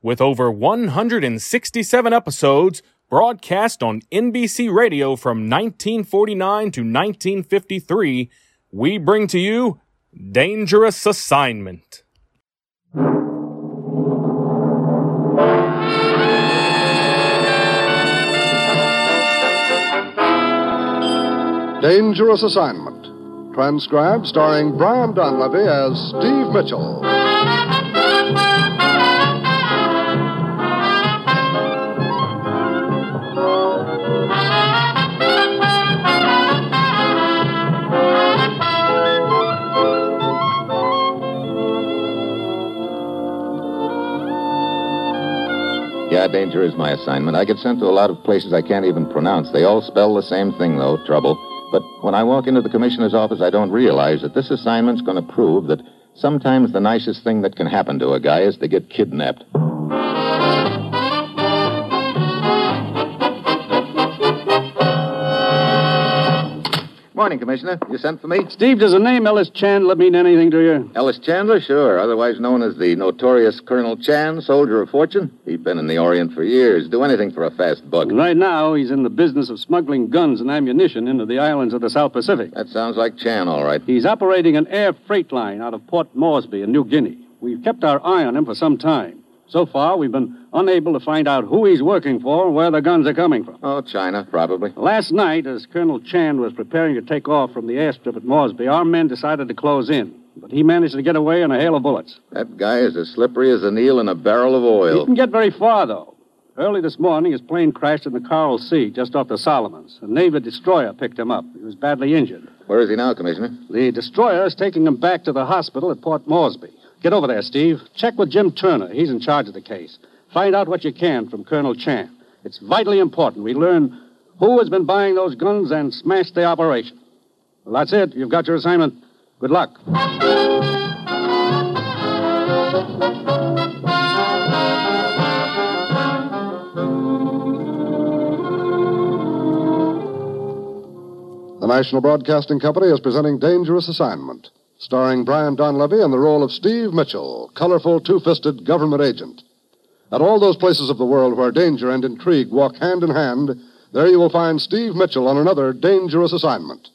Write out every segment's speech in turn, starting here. with over 167 episodes broadcast on NBC Radio from 1949 to 1953, we bring to you Dangerous Assignment. Dangerous Assignment. Transcribed starring Brian Donlevy as Steve Mitchell. Yeah, danger is my assignment. I get sent to a lot of places I can't even pronounce. They all spell the same thing, though trouble. But when I walk into the commissioner's office, I don't realize that this assignment's going to prove that sometimes the nicest thing that can happen to a guy is to get kidnapped. Morning, Commissioner. You sent for me? Steve, does the name Ellis Chandler mean anything to you? Ellis Chandler, sure, otherwise known as the notorious Colonel Chan, soldier of fortune. He'd been in the Orient for years. Do anything for a fast buck. Right now, he's in the business of smuggling guns and ammunition into the islands of the South Pacific. That sounds like Chan, all right. He's operating an air freight line out of Port Moresby in New Guinea. We've kept our eye on him for some time. So far, we've been unable to find out who he's working for and where the guns are coming from. Oh, China, probably. Last night, as Colonel Chan was preparing to take off from the airstrip at Moresby, our men decided to close in. But he managed to get away in a hail of bullets. That guy is as slippery as an eel in a barrel of He oil. didn't get very far, though. Early this morning, his plane crashed in the Coral Sea just off the Solomons. A naval destroyer picked him up. He was badly injured. Where is he now, Commissioner? The destroyer is taking him back to the hospital at Port Moresby. Get over there, Steve. Check with Jim Turner. He's in charge of the case. Find out what you can from Colonel Chan. It's vitally important we learn who has been buying those guns and smashed the operation. Well, that's it. You've got your assignment. Good luck. The National Broadcasting Company is presenting Dangerous Assignment, starring Brian Donlevy in the role of Steve Mitchell, colorful, two fisted government agent. At all those places of the world where danger and intrigue walk hand in hand, there you will find Steve Mitchell on another Dangerous Assignment.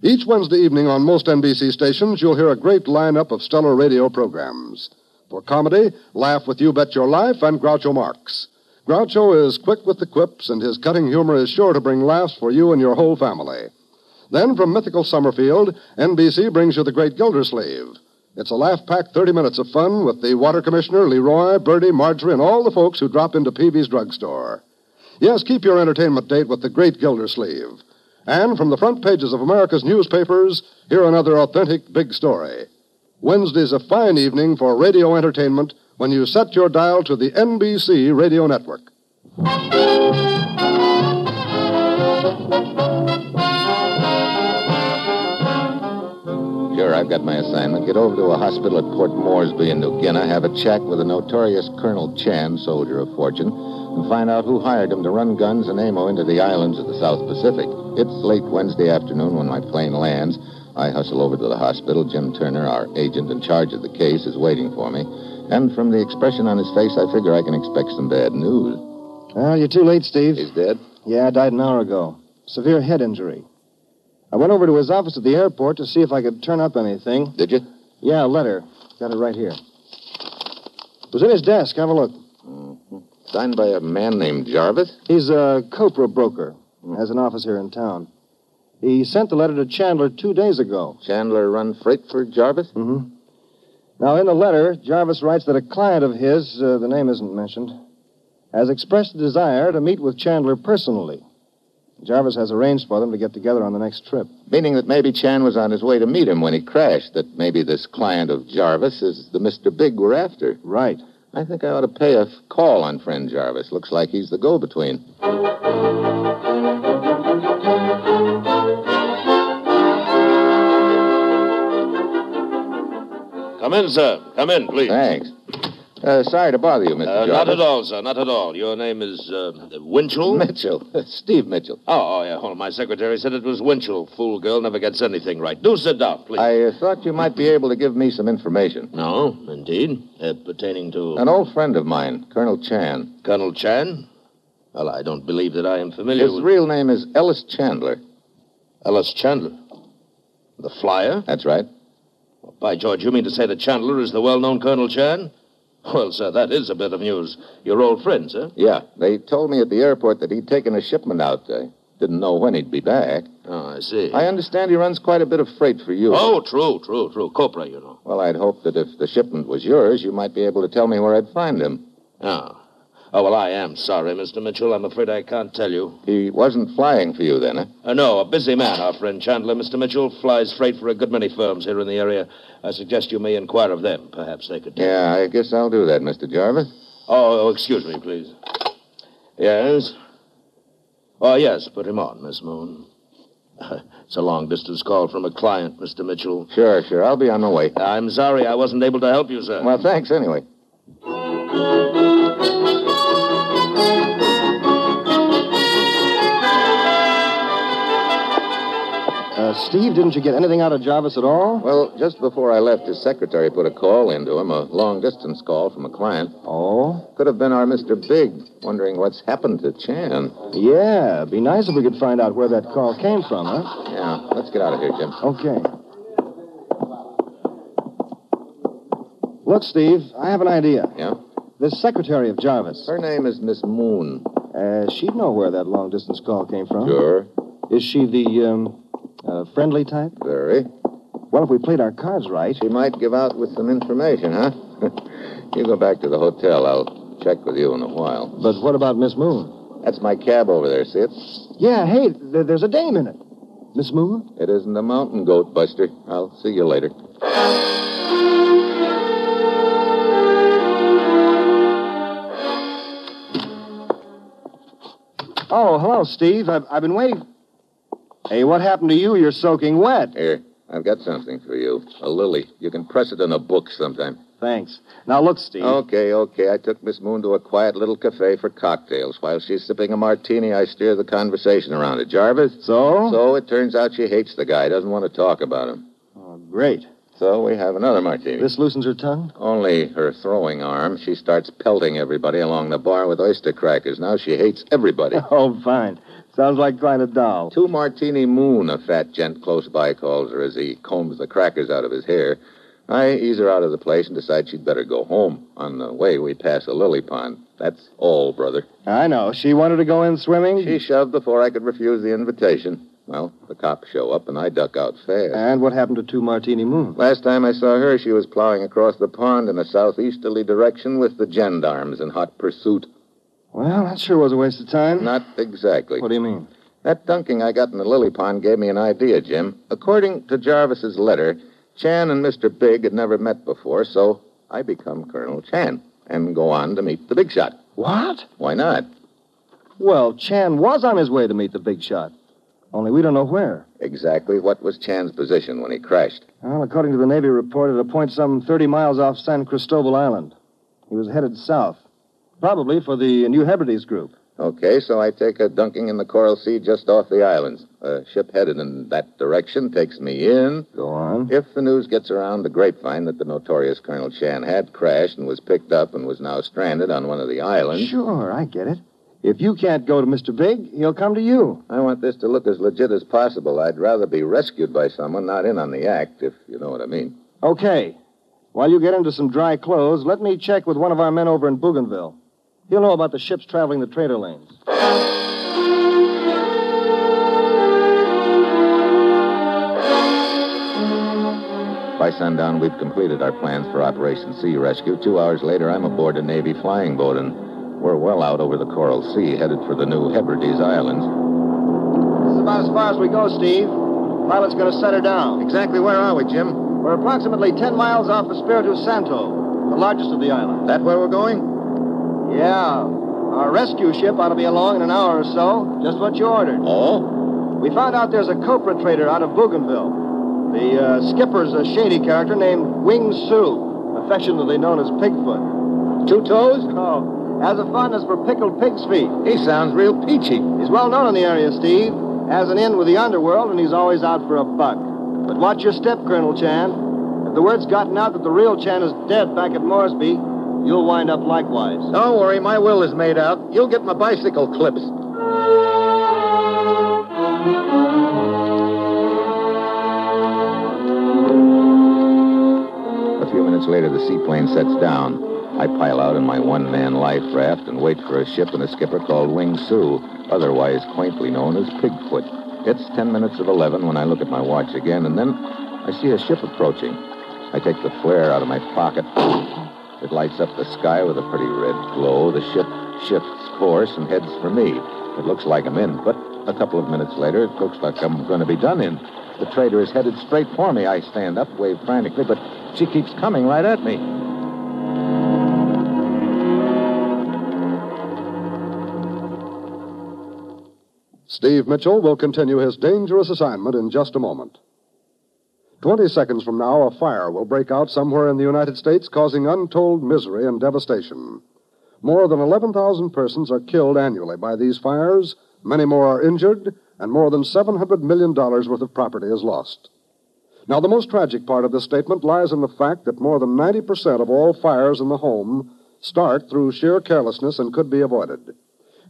Each Wednesday evening on most NBC stations, you'll hear a great lineup of stellar radio programs. For comedy, laugh with You Bet Your Life and Groucho Marx. Groucho is quick with the quips, and his cutting humor is sure to bring laughs for you and your whole family. Then, from mythical Summerfield, NBC brings you The Great Gildersleeve. It's a laugh packed 30 minutes of fun with the water commissioner, Leroy, Bertie, Marjorie, and all the folks who drop into Peavy's drugstore. Yes, keep your entertainment date with The Great Gildersleeve. And from the front pages of America's newspapers, hear another authentic big story. Wednesday's a fine evening for radio entertainment when you set your dial to the NBC Radio Network. Sure, I've got my assignment. Get over to a hospital at Port Moresby in New Guinea, have a chat with a notorious Colonel Chan, soldier of fortune, and find out who hired him to run guns and ammo into the islands of the South Pacific. It's late Wednesday afternoon when my plane lands. I hustle over to the hospital. Jim Turner, our agent in charge of the case, is waiting for me. And from the expression on his face, I figure I can expect some bad news. Well, Oh, you're too late, Steve. He's dead? Yeah, I died an hour ago. Severe head injury. I went over to his office at the airport to see if I could turn up anything. Did you? Yeah, a letter. Got it right here. It was in his desk. Have a look. Signed by a man named Jarvis? He's a Copra broker. Has an office here in town. He sent the letter to Chandler two days ago. Chandler run freight for Jarvis? Mm-hmm. Now, in the letter, Jarvis writes that a client of his, uh, the name isn't mentioned, has expressed a desire to meet with Chandler personally. Jarvis has arranged for them to get together on the next trip. Meaning that maybe Chan was on his way to meet him when he crashed, that maybe this client of Jarvis is the Mr. Big we're after. Right. I think I ought to pay a call on friend Jarvis. Looks like he's the go between. Come in, sir. Come in, please. Thanks. Uh, sorry to bother you, Mr. Uh, Jarvis. not at all, sir. Not at all. Your name is uh, Winchell? Mitchell. Steve Mitchell. Oh, oh, yeah. Hold on. My secretary said it was Winchell. Fool girl never gets anything right. Do sit down, please. I uh, thought you might be able to give me some information. No, indeed. Uh, pertaining to An old friend of mine, Colonel Chan. Colonel Chan? Well, I don't believe that I am familiar His with real name is Ellis Chandler. Ellis Chandler. The flyer? That's right. By George, you mean to say that Chandler is the well known Colonel Chan? Well, sir, that is a bit of news. Your old friend, sir. Yeah. They told me at the airport that he'd taken a shipment out. I didn't know when he'd be back. Oh, I see. I understand he runs quite a bit of freight for you. Oh, true, true, true. Copra, you know. Well, I'd hoped that if the shipment was yours, you might be able to tell me where I'd find him. Oh. Oh, well, I am sorry, Mr. Mitchell. I'm afraid I can't tell you. He wasn't flying for you then, huh? Uh, no, a busy man, our friend Chandler. Mr. Mitchell flies freight for a good many firms here in the area. I suggest you may inquire of them. Perhaps they could. Yeah, I guess I'll do that, Mr. Jarvis. Oh, oh, excuse me, please. Yes? Oh, yes, put him on, Miss Moon. it's a long distance call from a client, Mr. Mitchell. Sure, sure. I'll be on my way. I'm sorry I wasn't able to help you, sir. Well, thanks anyway. Uh, Steve, didn't you get anything out of Jarvis at all? Well, just before I left, his secretary put a call into him, a long distance call from a client. Oh? Could have been our Mr. Big, wondering what's happened to Chan. Yeah. It'd be nice if we could find out where that call came from, huh? Yeah, let's get out of here, Jim. Okay. Look, Steve, I have an idea. Yeah? The secretary of Jarvis. Her name is Miss Moon. Uh, she'd know where that long distance call came from. Sure. Is she the um, uh, friendly type? Very. Well, if we played our cards right, She might give out with some information, huh? you go back to the hotel. I'll check with you in a while. but what about Miss Moon? That's my cab over there, see it? Yeah, hey, th- there's a dame in it. Miss Moon? It isn't a mountain goat, Buster. I'll see you later. Oh, hello, Steve. I've, I've been waiting. Hey, what happened to you? You're soaking wet. Here, I've got something for you. A lily. You can press it in a book sometime. Thanks. Now, look, Steve. Okay, okay. I took Miss Moon to a quiet little cafe for cocktails. While she's sipping a martini, I steer the conversation around it. Jarvis? Oh. So? So it turns out she hates the guy, doesn't want to talk about him. Oh, great. So we have another martini. This loosens her tongue? Only her throwing arm. She starts pelting everybody along the bar with oyster crackers. Now she hates everybody. Oh, fine. Sounds like trying to doll. Two Martini Moon, a fat gent close by calls her as he combs the crackers out of his hair. I ease her out of the place and decide she'd better go home. On the way, we pass a lily pond. That's all, brother. I know. She wanted to go in swimming. She shoved before I could refuse the invitation. Well, the cops show up and I duck out fast. And what happened to Two Martini Moon? Last time I saw her, she was plowing across the pond in a southeasterly direction with the gendarmes in hot pursuit. Well, that sure was a waste of time. Not exactly. What do you mean? That dunking I got in the lily pond gave me an idea, Jim. According to Jarvis's letter, Chan and Mr. Big had never met before, so I become Colonel Chan and go on to meet the big shot. What? Why not? Well, Chan was on his way to meet the big shot. Only we don't know where. Exactly what was Chan's position when he crashed? Well, according to the Navy report, at a point some 30 miles off San Cristobal Island. He was headed south, probably for the New Hebrides group. Okay, so I take a dunking in the Coral Sea just off the islands. A ship headed in that direction takes me in. Go on. If the news gets around the grapevine that the notorious Colonel Chan had crashed and was picked up and was now stranded on one of the islands, Sure, I get it. If you can't go to Mr. Big, he'll come to you. I want this to look as legit as possible. I'd rather be rescued by someone not in on the act, if you know what I mean. Okay. While you get into some dry clothes, let me check with one of our men over in Bougainville. He'll know about the ships traveling the trader lanes. By sundown, we've completed our plans for Operation Sea Rescue. Two hours later, I'm aboard a Navy flying boat, and we're well out over the Coral Sea, headed for the New Hebrides Islands. This is about as far as we go, Steve. Pilot's going to set her down. Exactly where are we, Jim? We're approximately 10 miles off the Espiritu Santo. the largest of the island. That where we're going? Yeah. Our rescue ship ought to be along in an hour or so. Just what you ordered. Oh? We found out there's a copra trader out of Bougainville. The uh, skipper's a shady character named Wing Sue, affectionately known as Pigfoot. Two toes? Oh, has a fondness for pickled pig's feet. He sounds real peachy. He's well known in the area, Steve. Has an in with the underworld, and he's always out for a buck. But watch your step, Colonel Chan. If the word's gotten out that the real Chan is dead back at Moresby, you'll wind up likewise. Don't worry, my will is made out. You'll get my bicycle clips. A few minutes later, the seaplane sets down. I pile out in my one man life raft and wait for a ship and a skipper called Wing Sue, otherwise quaintly known as Pigfoot. It's ten minutes of eleven when I look at my watch again, and then I see a ship approaching. I take the flare out of my pocket. It lights up the sky with a pretty red glow. The ship shifts course and heads for me. It looks like I'm in, but a couple of minutes later, it looks like I'm going to be done in. The trader is headed straight for me. I stand up, wave frantically, but she keeps coming right at me. Steve Mitchell will continue his dangerous assignment in just a moment. Twenty seconds from now, a fire will break out somewhere in the United States, causing untold misery and devastation. More than 11,000 persons are killed annually by these fires, many more are injured, and more than $700 million worth of property is lost. Now, the most tragic part of this statement lies in the fact that more than 90% of all fires in the home start through sheer carelessness and could be avoided.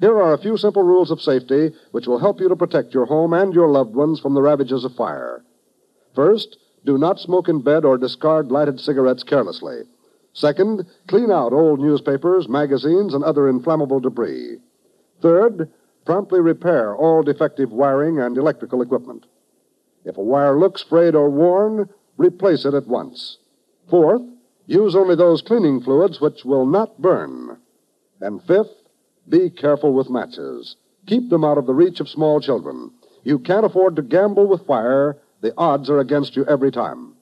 Here are a few simple rules of safety which will help you to protect your home and your loved ones from the ravages of fire. First, do not smoke in bed or discard lighted cigarettes carelessly. Second, clean out old newspapers, magazines, and other inflammable debris. Third, promptly repair all defective wiring and electrical equipment. If a wire looks frayed or worn, replace it at once. Fourth, use only those cleaning fluids which will not burn. And fifth, be careful with matches. Keep them out of the reach of small children. You can't afford to gamble with fire. The odds are against you every time.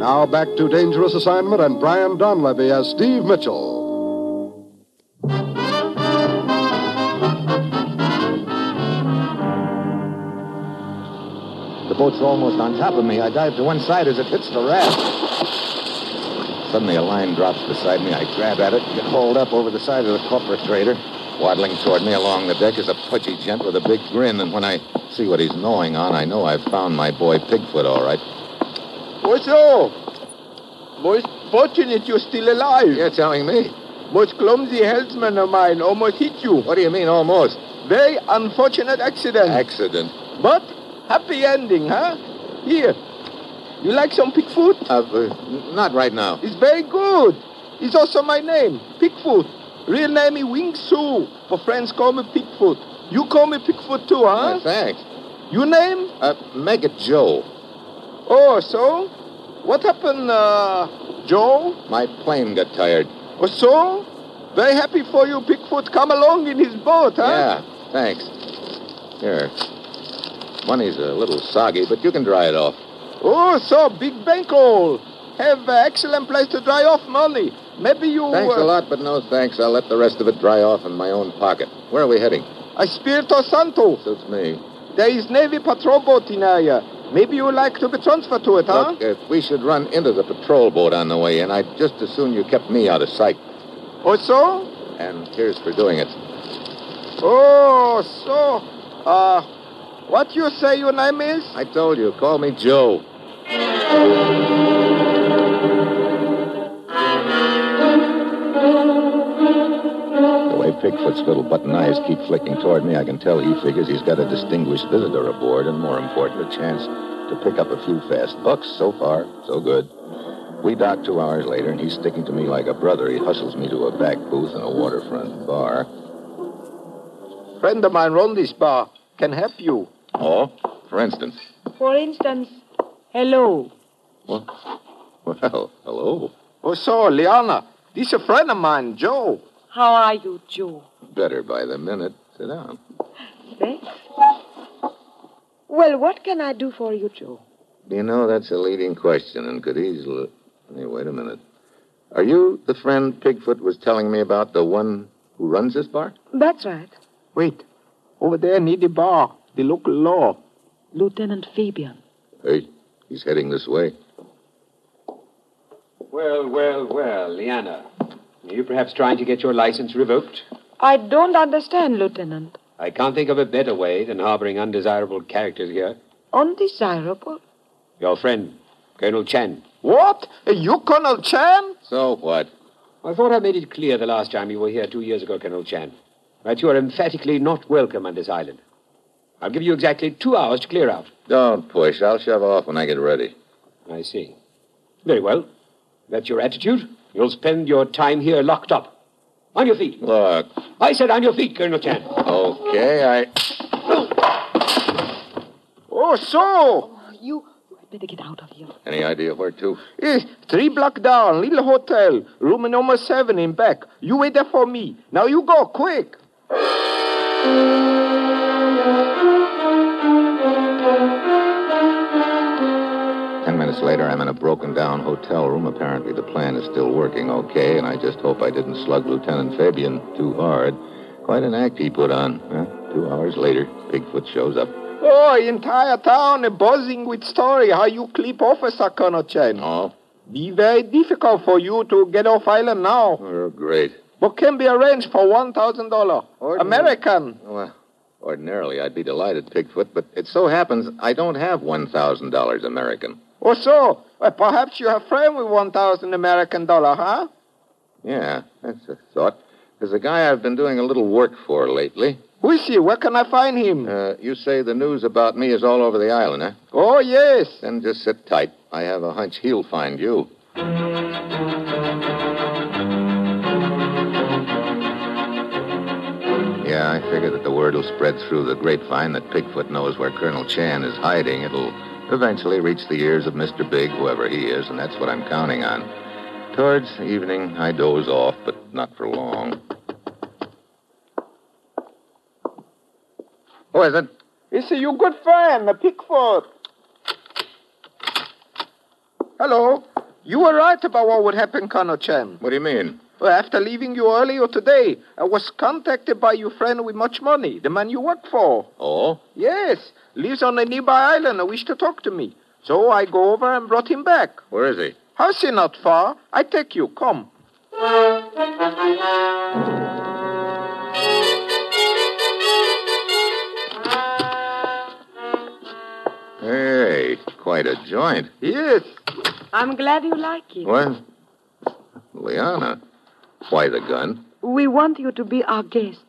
Now back to Dangerous Assignment and Brian Donlevy as Steve Mitchell. The boat's almost on top of me. I dive to one side as it hits the raft. Suddenly, a line drops beside me. I grab at it, get hauled up over the side of the corporate trader. Waddling toward me along the deck is a pudgy gent with a big grin, and when I see what he's gnawing on, I know I've found my boy Pigfoot all right. What's all? Most fortunate you're still alive. You're telling me? Most clumsy helmsman of mine almost hit you. What do you mean, almost? Very unfortunate accident. Accident. but happy ending, huh? Here. You like some Pigfoot? Uh, uh, not right now. It's very good. It's also my name, Pigfoot. Real name is Wing Sue. But friends call me Pigfoot. You call me Pigfoot too, huh? Uh, thanks. Your name? Uh, Mega Joe. Oh, so? What happened, uh, Joe? My plane got tired. Oh, so? Very happy for you, Bigfoot. Come along in his boat, huh? Yeah, thanks. Here. Money's a little soggy, but you can dry it off. Oh, so big bankroll. Have uh, excellent place to dry off money. Maybe you. Thanks uh, a lot, but no thanks. I'll let the rest of it dry off in my own pocket. Where are we heading? Espirito Santo. Suits me. There is Navy patrol boat in area. Maybe you like to be transferred to it, huh? Look, uh, we should run into the patrol boat on the way in. I'd just as soon you kept me out of sight. Oh, so? And here's for doing it. Oh, so? Uh, what you say your name is? I told you, call me Joe. The way Pigfoot's little button eyes keep flicking toward me, I can tell he figures he's got a distinguished visitor aboard and, more important, a chance to pick up a few fast bucks. So far, so good. We dock two hours later, and he's sticking to me like a brother. He hustles me to a back booth in a waterfront bar. Friend of mine run this bar. Can help you. Oh, for instance. For instance, hello. Well, hello. Oh, so, Liana. This a friend of mine, Joe. How are you, Joe? Better by the minute. Sit down. Thanks. Well, what can I do for you, Joe? You know, that's a leading question and could easily. Hey, wait a minute. Are you the friend Pigfoot was telling me about, the one who runs this bar? That's right. Wait. Over there near the bar, the local law. Lieutenant Fabian. Hey, he's heading this way. Well, well, well, Liana. Are you perhaps trying to get your license revoked? I don't understand, Lieutenant. I can't think of a better way than harboring undesirable characters here. Undesirable? Your friend, Colonel Chen. What? You Colonel Chan? So what? I thought I made it clear the last time you were here two years ago, Colonel Chan, that you are emphatically not welcome on this island. I'll give you exactly two hours to clear out. Don't push. I'll shove off when I get ready. I see. Very well. That's your attitude. You'll spend your time here locked up. On your feet. Look. I said on your feet, Colonel Chan. Okay, I. Oh, so. You, you had better get out of here. Any idea where to? Yes, three block down, little hotel, room number seven in back. You wait there for me. Now you go, quick. Ten minutes later, I'm in a broken down hotel room. Apparently, the plan is still working okay, and I just hope I didn't slug Lieutenant Fabian too hard. Quite an act he put on. Huh? Two hours later, Bigfoot shows up. Oh, entire town buzzing with story how you clip officer, Colonel Chan. Oh, uh, Be very difficult for you to get off island now, oh great. but can be arranged for $1,000. American. Well, ordinarily, I'd be delighted, Pigfoot, but it so happens I don't have $1,000 American. Or Oh, so. Well, perhaps you have friend with 1,000 American dollar, huh? Yeah, that's a thought. There's a guy I've been doing a little work for lately. Who is he? Where can I find him? Uh, you say the news about me is all over the island, huh? Oh, yes. Then just sit tight. I have a hunch he'll find you. Yeah, I figure that the word will spread through the grapevine that Pigfoot knows where Colonel Chan is hiding. It'll eventually reach the ears of Mr. Big, whoever he is, and that's what I'm counting on. Towards evening, I doze off, but not for long. Who Oh, is it? Is he your good friend, Pickford? Hello. You were right about what would happen, Colonel Chen. What do you mean? Well, after leaving you earlier today, I was contacted by your friend with much money, the man you work for. Oh? Yes, lives on a nearby island and wished to talk to me. So I go over and brought him back. Where is he? How's he not far? I take you. Come. Hey, quite a joint. Yes. I'm glad you like it. What? Liana. Why the gun? We want you to be our guest.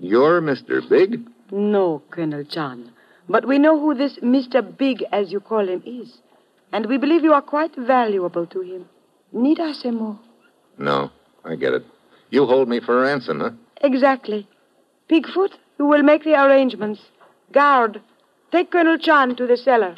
You're Mr. Big? No, Colonel John. But we know who this Mr. Big, as you call him, is. And we believe you are quite valuable to him. Need I say more? No, I get it. You hold me for ransom, huh? Exactly. Pigfoot, you will make the arrangements. Guard, take Colonel Chan to the cellar.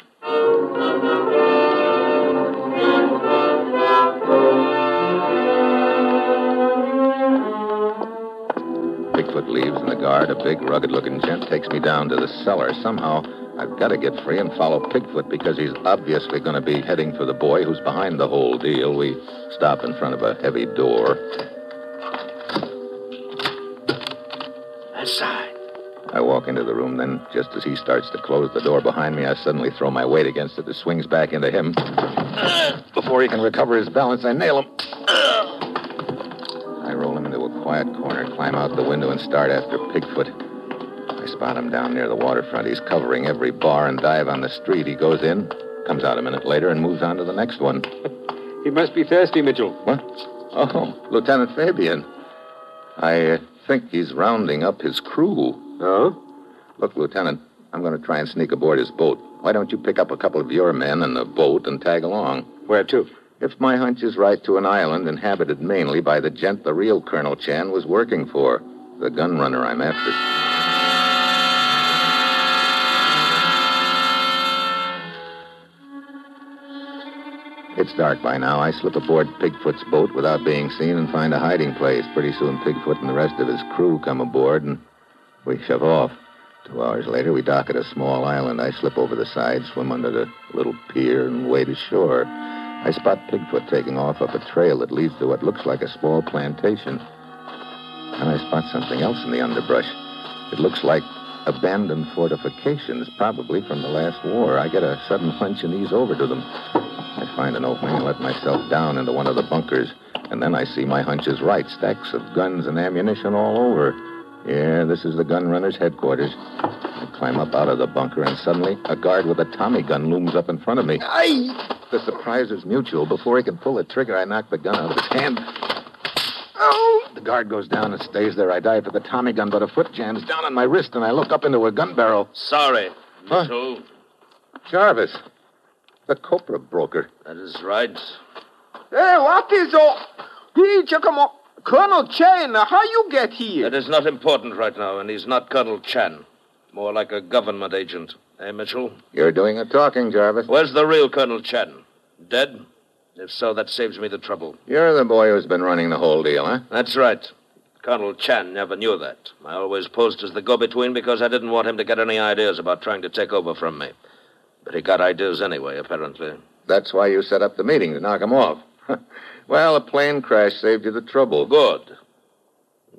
Bigfoot leaves, and the guard, a big, rugged looking gent, takes me down to the cellar. Somehow, I've got to get free and follow Pigfoot because he's obviously going to be heading for the boy who's behind the whole deal. We stop in front of a heavy door. Outside. I walk into the room, then, just as he starts to close the door behind me, I suddenly throw my weight against it. It swings back into him. Before he can recover his balance, I nail him. I roll him into a quiet corner, climb out the window, and start after Pigfoot. I spot him down near the waterfront. He's covering every bar and dive on the street. He goes in, comes out a minute later, and moves on to the next one. He must be thirsty, Mitchell. What? Oh, Lieutenant Fabian. I uh, think he's rounding up his crew. Oh? Look, Lieutenant, I'm going to try and sneak aboard his boat. Why don't you pick up a couple of your men in the boat and tag along? Where to? If my hunch is right, to an island inhabited mainly by the gent the real Colonel Chan was working for, the gun runner I'm after. It's dark by now. I slip aboard Pigfoot's boat without being seen and find a hiding place. Pretty soon, Pigfoot and the rest of his crew come aboard, and we shove off. Two hours later, we dock at a small island. I slip over the side, swim under the little pier, and wade ashore. I spot Pigfoot taking off up a trail that leads to what looks like a small plantation. And I spot something else in the underbrush. It looks like abandoned fortifications, probably from the last war. I get a sudden hunch and ease over to them. I find an opening and let myself down into one of the bunkers. And then I see my hunch is right stacks of guns and ammunition all over. Yeah, this is the gun runner's headquarters. I climb up out of the bunker, and suddenly a guard with a Tommy gun looms up in front of me. Aye! The surprise is mutual. Before he can pull the trigger, I knock the gun out of his hand. Ow! The guard goes down and stays there. I dive for the Tommy gun, but a foot jams down on my wrist, and I look up into a gun barrel. Sorry, Huh? Mitchell. Jarvis, the Copra broker. That is right. Hey, what is all... Hey, Giacomo, Colonel Chen, how you get here? That is not important right now, and he's not Colonel Chan. More like a government agent. Eh, Mitchell? You're doing the talking, Jarvis. Where's the real Colonel Chan? Dead? If so, that saves me the trouble. You're the boy who's been running the whole deal, huh? That's right. Colonel Chan never knew that. I always posed as the go between because I didn't want him to get any ideas about trying to take over from me. But he got ideas anyway, apparently. That's why you set up the meeting, to knock him off. well, a plane crash saved you the trouble. Good.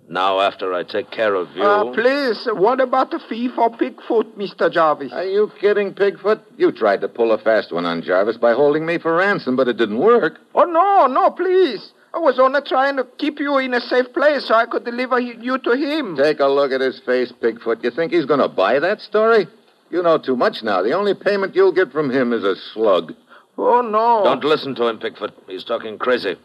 Now, after I take care of you. Ah, Uh, please, what about the fee for Pigfoot, Mr. Jarvis? Are you kidding, Pigfoot? You tried to pull a fast one on Jarvis by holding me for ransom, but it didn't work. Oh, no, no, please. I was only trying to keep you in a safe place so I could deliver he- you to him. Take a look at his face, Pigfoot. You think he's going to buy that story? You know too much now. The only payment you'll get from him is a slug. Oh, no. Don't listen to him, Pickford. He's talking crazy.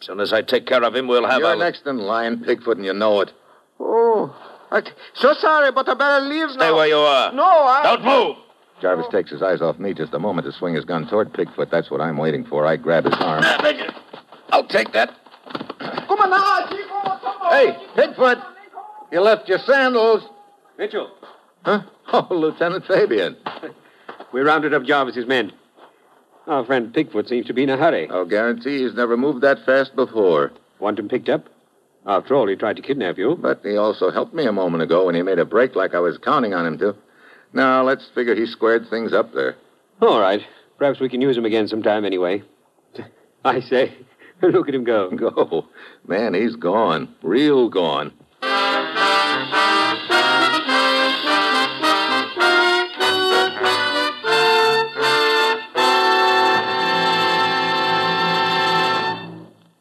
As soon as I take care of him, we'll have You're our... next in line, Pigfoot, and you know it. Oh, I, so sorry, but I better leave Stay now. where you are. No, I. Don't move! Jarvis takes his eyes off me just a moment to swing his gun toward Pigfoot. That's what I'm waiting for. I grab his arm. Ah, I'll take that. Come on now, Chico, come on. Hey, Pigfoot! You left your sandals. Mitchell, Huh? Oh, Lieutenant Fabian. we rounded up Jarvis's men. Our friend Pigfoot seems to be in a hurry. I'll guarantee he's never moved that fast before. Want him picked up? After all, he tried to kidnap you. But he also helped me a moment ago when he made a break like I was counting on him to. Now, let's figure he squared things up there. All right. Perhaps we can use him again sometime anyway. I say, look at him go. Go. Man, he's gone. Real gone.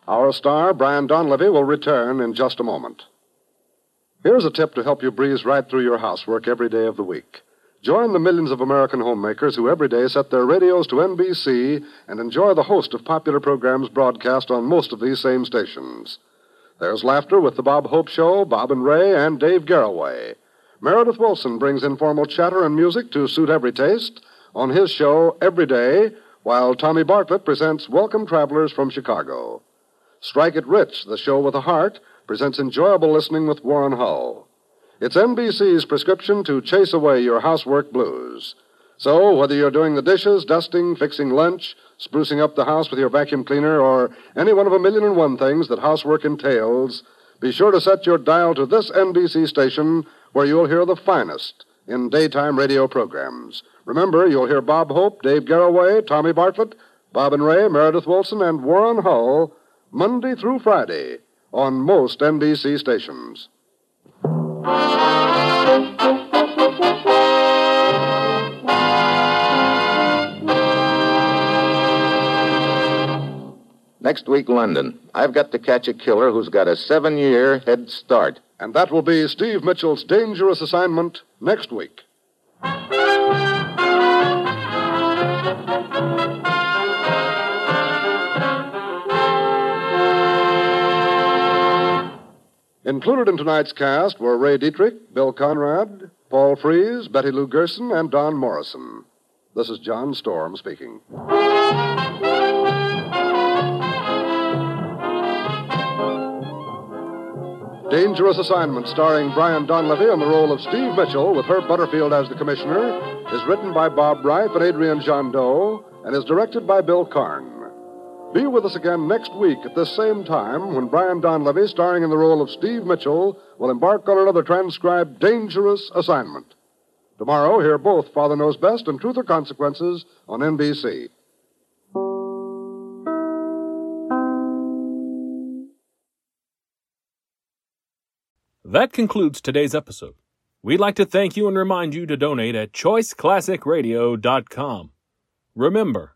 Our star, Brian Donlevy, will return in just a moment. Here's a tip to help you breeze right through your housework every day of the week. Join the millions of American homemakers who every day set their radios to NBC and enjoy the host of popular programs broadcast on most of these same stations. There's laughter with The Bob Hope Show, Bob and Ray, and Dave Garraway. Meredith Wilson brings informal chatter and music to suit every taste on his show every day, while Tommy Bartlett presents Welcome Travelers from Chicago. Strike It Rich, the show with a heart, presents enjoyable listening with Warren Hull. It's NBC's prescription to chase away your housework blues. So, whether you're doing the dishes, dusting, fixing lunch, sprucing up the house with your vacuum cleaner, or any one of a million and one things that housework entails, be sure to set your dial to this NBC station where you'll hear the finest in daytime radio programs. Remember, you'll hear Bob Hope, Dave Garraway, Tommy Bartlett, Bob and Ray, Meredith Wilson, and Warren Hull Monday through Friday on most NBC stations. Next week, London. I've got to catch a killer who's got a seven year head start. And that will be Steve Mitchell's dangerous assignment next week. Included in tonight's cast were Ray Dietrich, Bill Conrad, Paul Fries, Betty Lou Gerson, and Don Morrison. This is John Storm speaking. Dangerous Assignment, starring Brian Donlevy in the role of Steve Mitchell with Herb Butterfield as the commissioner, is written by Bob Reif and Adrian Jondeau and is directed by Bill Karn. Be with us again next week at this same time when Brian Donlevy, starring in the role of Steve Mitchell, will embark on another transcribed Dangerous Assignment. Tomorrow, hear both Father Knows Best and Truth or Consequences on NBC. That concludes today's episode. We'd like to thank you and remind you to donate at choiceclassicradio.com. Remember,